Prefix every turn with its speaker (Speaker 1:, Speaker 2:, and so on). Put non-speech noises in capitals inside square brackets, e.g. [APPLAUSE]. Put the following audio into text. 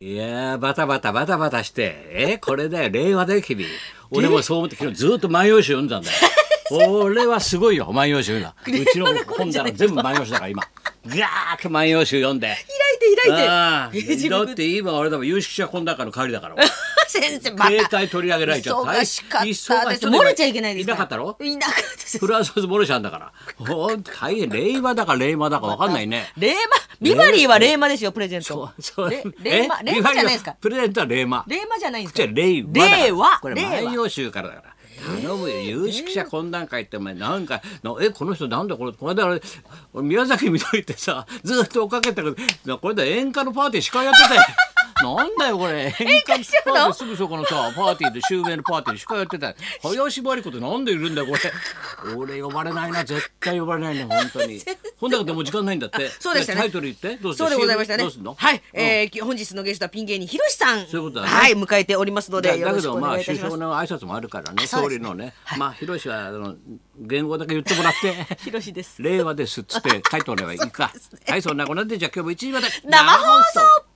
Speaker 1: いやー、バタバタバタバタして、え、これだよ、令和だよ、君。俺もそう思って、昨日ずっと万葉集読ん
Speaker 2: [LAUGHS]
Speaker 1: だんだよ。俺はすごいよ、万葉集今。うちの本棚全部万葉集だから、今。ガーッと万葉集読んで。
Speaker 2: 開いて
Speaker 1: ああ
Speaker 2: 開いて。え [LAUGHS] 自
Speaker 1: だ
Speaker 2: 分
Speaker 1: っ
Speaker 2: で
Speaker 1: て今俺だもん有識者懇談会の帰り
Speaker 2: [LAUGHS]
Speaker 1: だから。
Speaker 2: 先生また
Speaker 1: 携帯取り上げられちゃった。
Speaker 2: 忙しかったです
Speaker 1: 忙しい人
Speaker 2: 漏れちゃいけないです
Speaker 1: いなかったろ
Speaker 2: いなかったです
Speaker 1: フランス漏れちゃうんだから。ほんと大変。令和だか令和だかわかんないね。
Speaker 2: [LAUGHS] レーマビバリーはレーマですよプレゼント
Speaker 1: そうそう
Speaker 2: レ
Speaker 1: え
Speaker 2: レーマレーマじゃないですか
Speaker 1: プレゼントは令和。
Speaker 2: レーマじゃないんです
Speaker 1: じ
Speaker 2: か
Speaker 1: ゃあ令和だから
Speaker 2: 令和
Speaker 1: これ
Speaker 2: 令和
Speaker 1: 万葉集からだから頼むよ有識者懇談会ってお前なんかのえこの人なんだこれこの間あれ俺宮崎みどりってさずっと追っかけてたけどこれで演歌のパーティー司会やって
Speaker 2: [LAUGHS]
Speaker 1: たよなんだよこれ演歌のパーティーすぐそこのさパーティーで襲名のパーティーで司会やってたよ林真理子ってなんでいるんだよこ
Speaker 2: [LAUGHS]
Speaker 1: れ俺呼ばれないな絶対呼ばれないね本当にほんだけどもう時間ないんだって
Speaker 2: そうでしたね
Speaker 1: タイトル言ってどうす
Speaker 2: そ
Speaker 1: る
Speaker 2: うでございましたね
Speaker 1: どうすんの
Speaker 2: はい、えーき本日のゲストはピン芸人ひろしさん
Speaker 1: そういうことだね
Speaker 2: はい迎えておりますの
Speaker 1: だ
Speaker 2: でよ
Speaker 1: だ
Speaker 2: ろ
Speaker 1: け
Speaker 2: しく
Speaker 1: ど
Speaker 2: お
Speaker 1: まあ
Speaker 2: 願いいた
Speaker 1: 首
Speaker 2: します
Speaker 1: 相の挨拶もあるからね
Speaker 2: そう
Speaker 1: 総
Speaker 2: ですね
Speaker 1: 理のねまあ広志はあの言語だけ言ってもらって
Speaker 2: [LAUGHS] ひろしです [LAUGHS]
Speaker 1: 令和ですっつって書いておればいいかはいそんなこんなでじゃあ今日も1時まで
Speaker 2: 生放送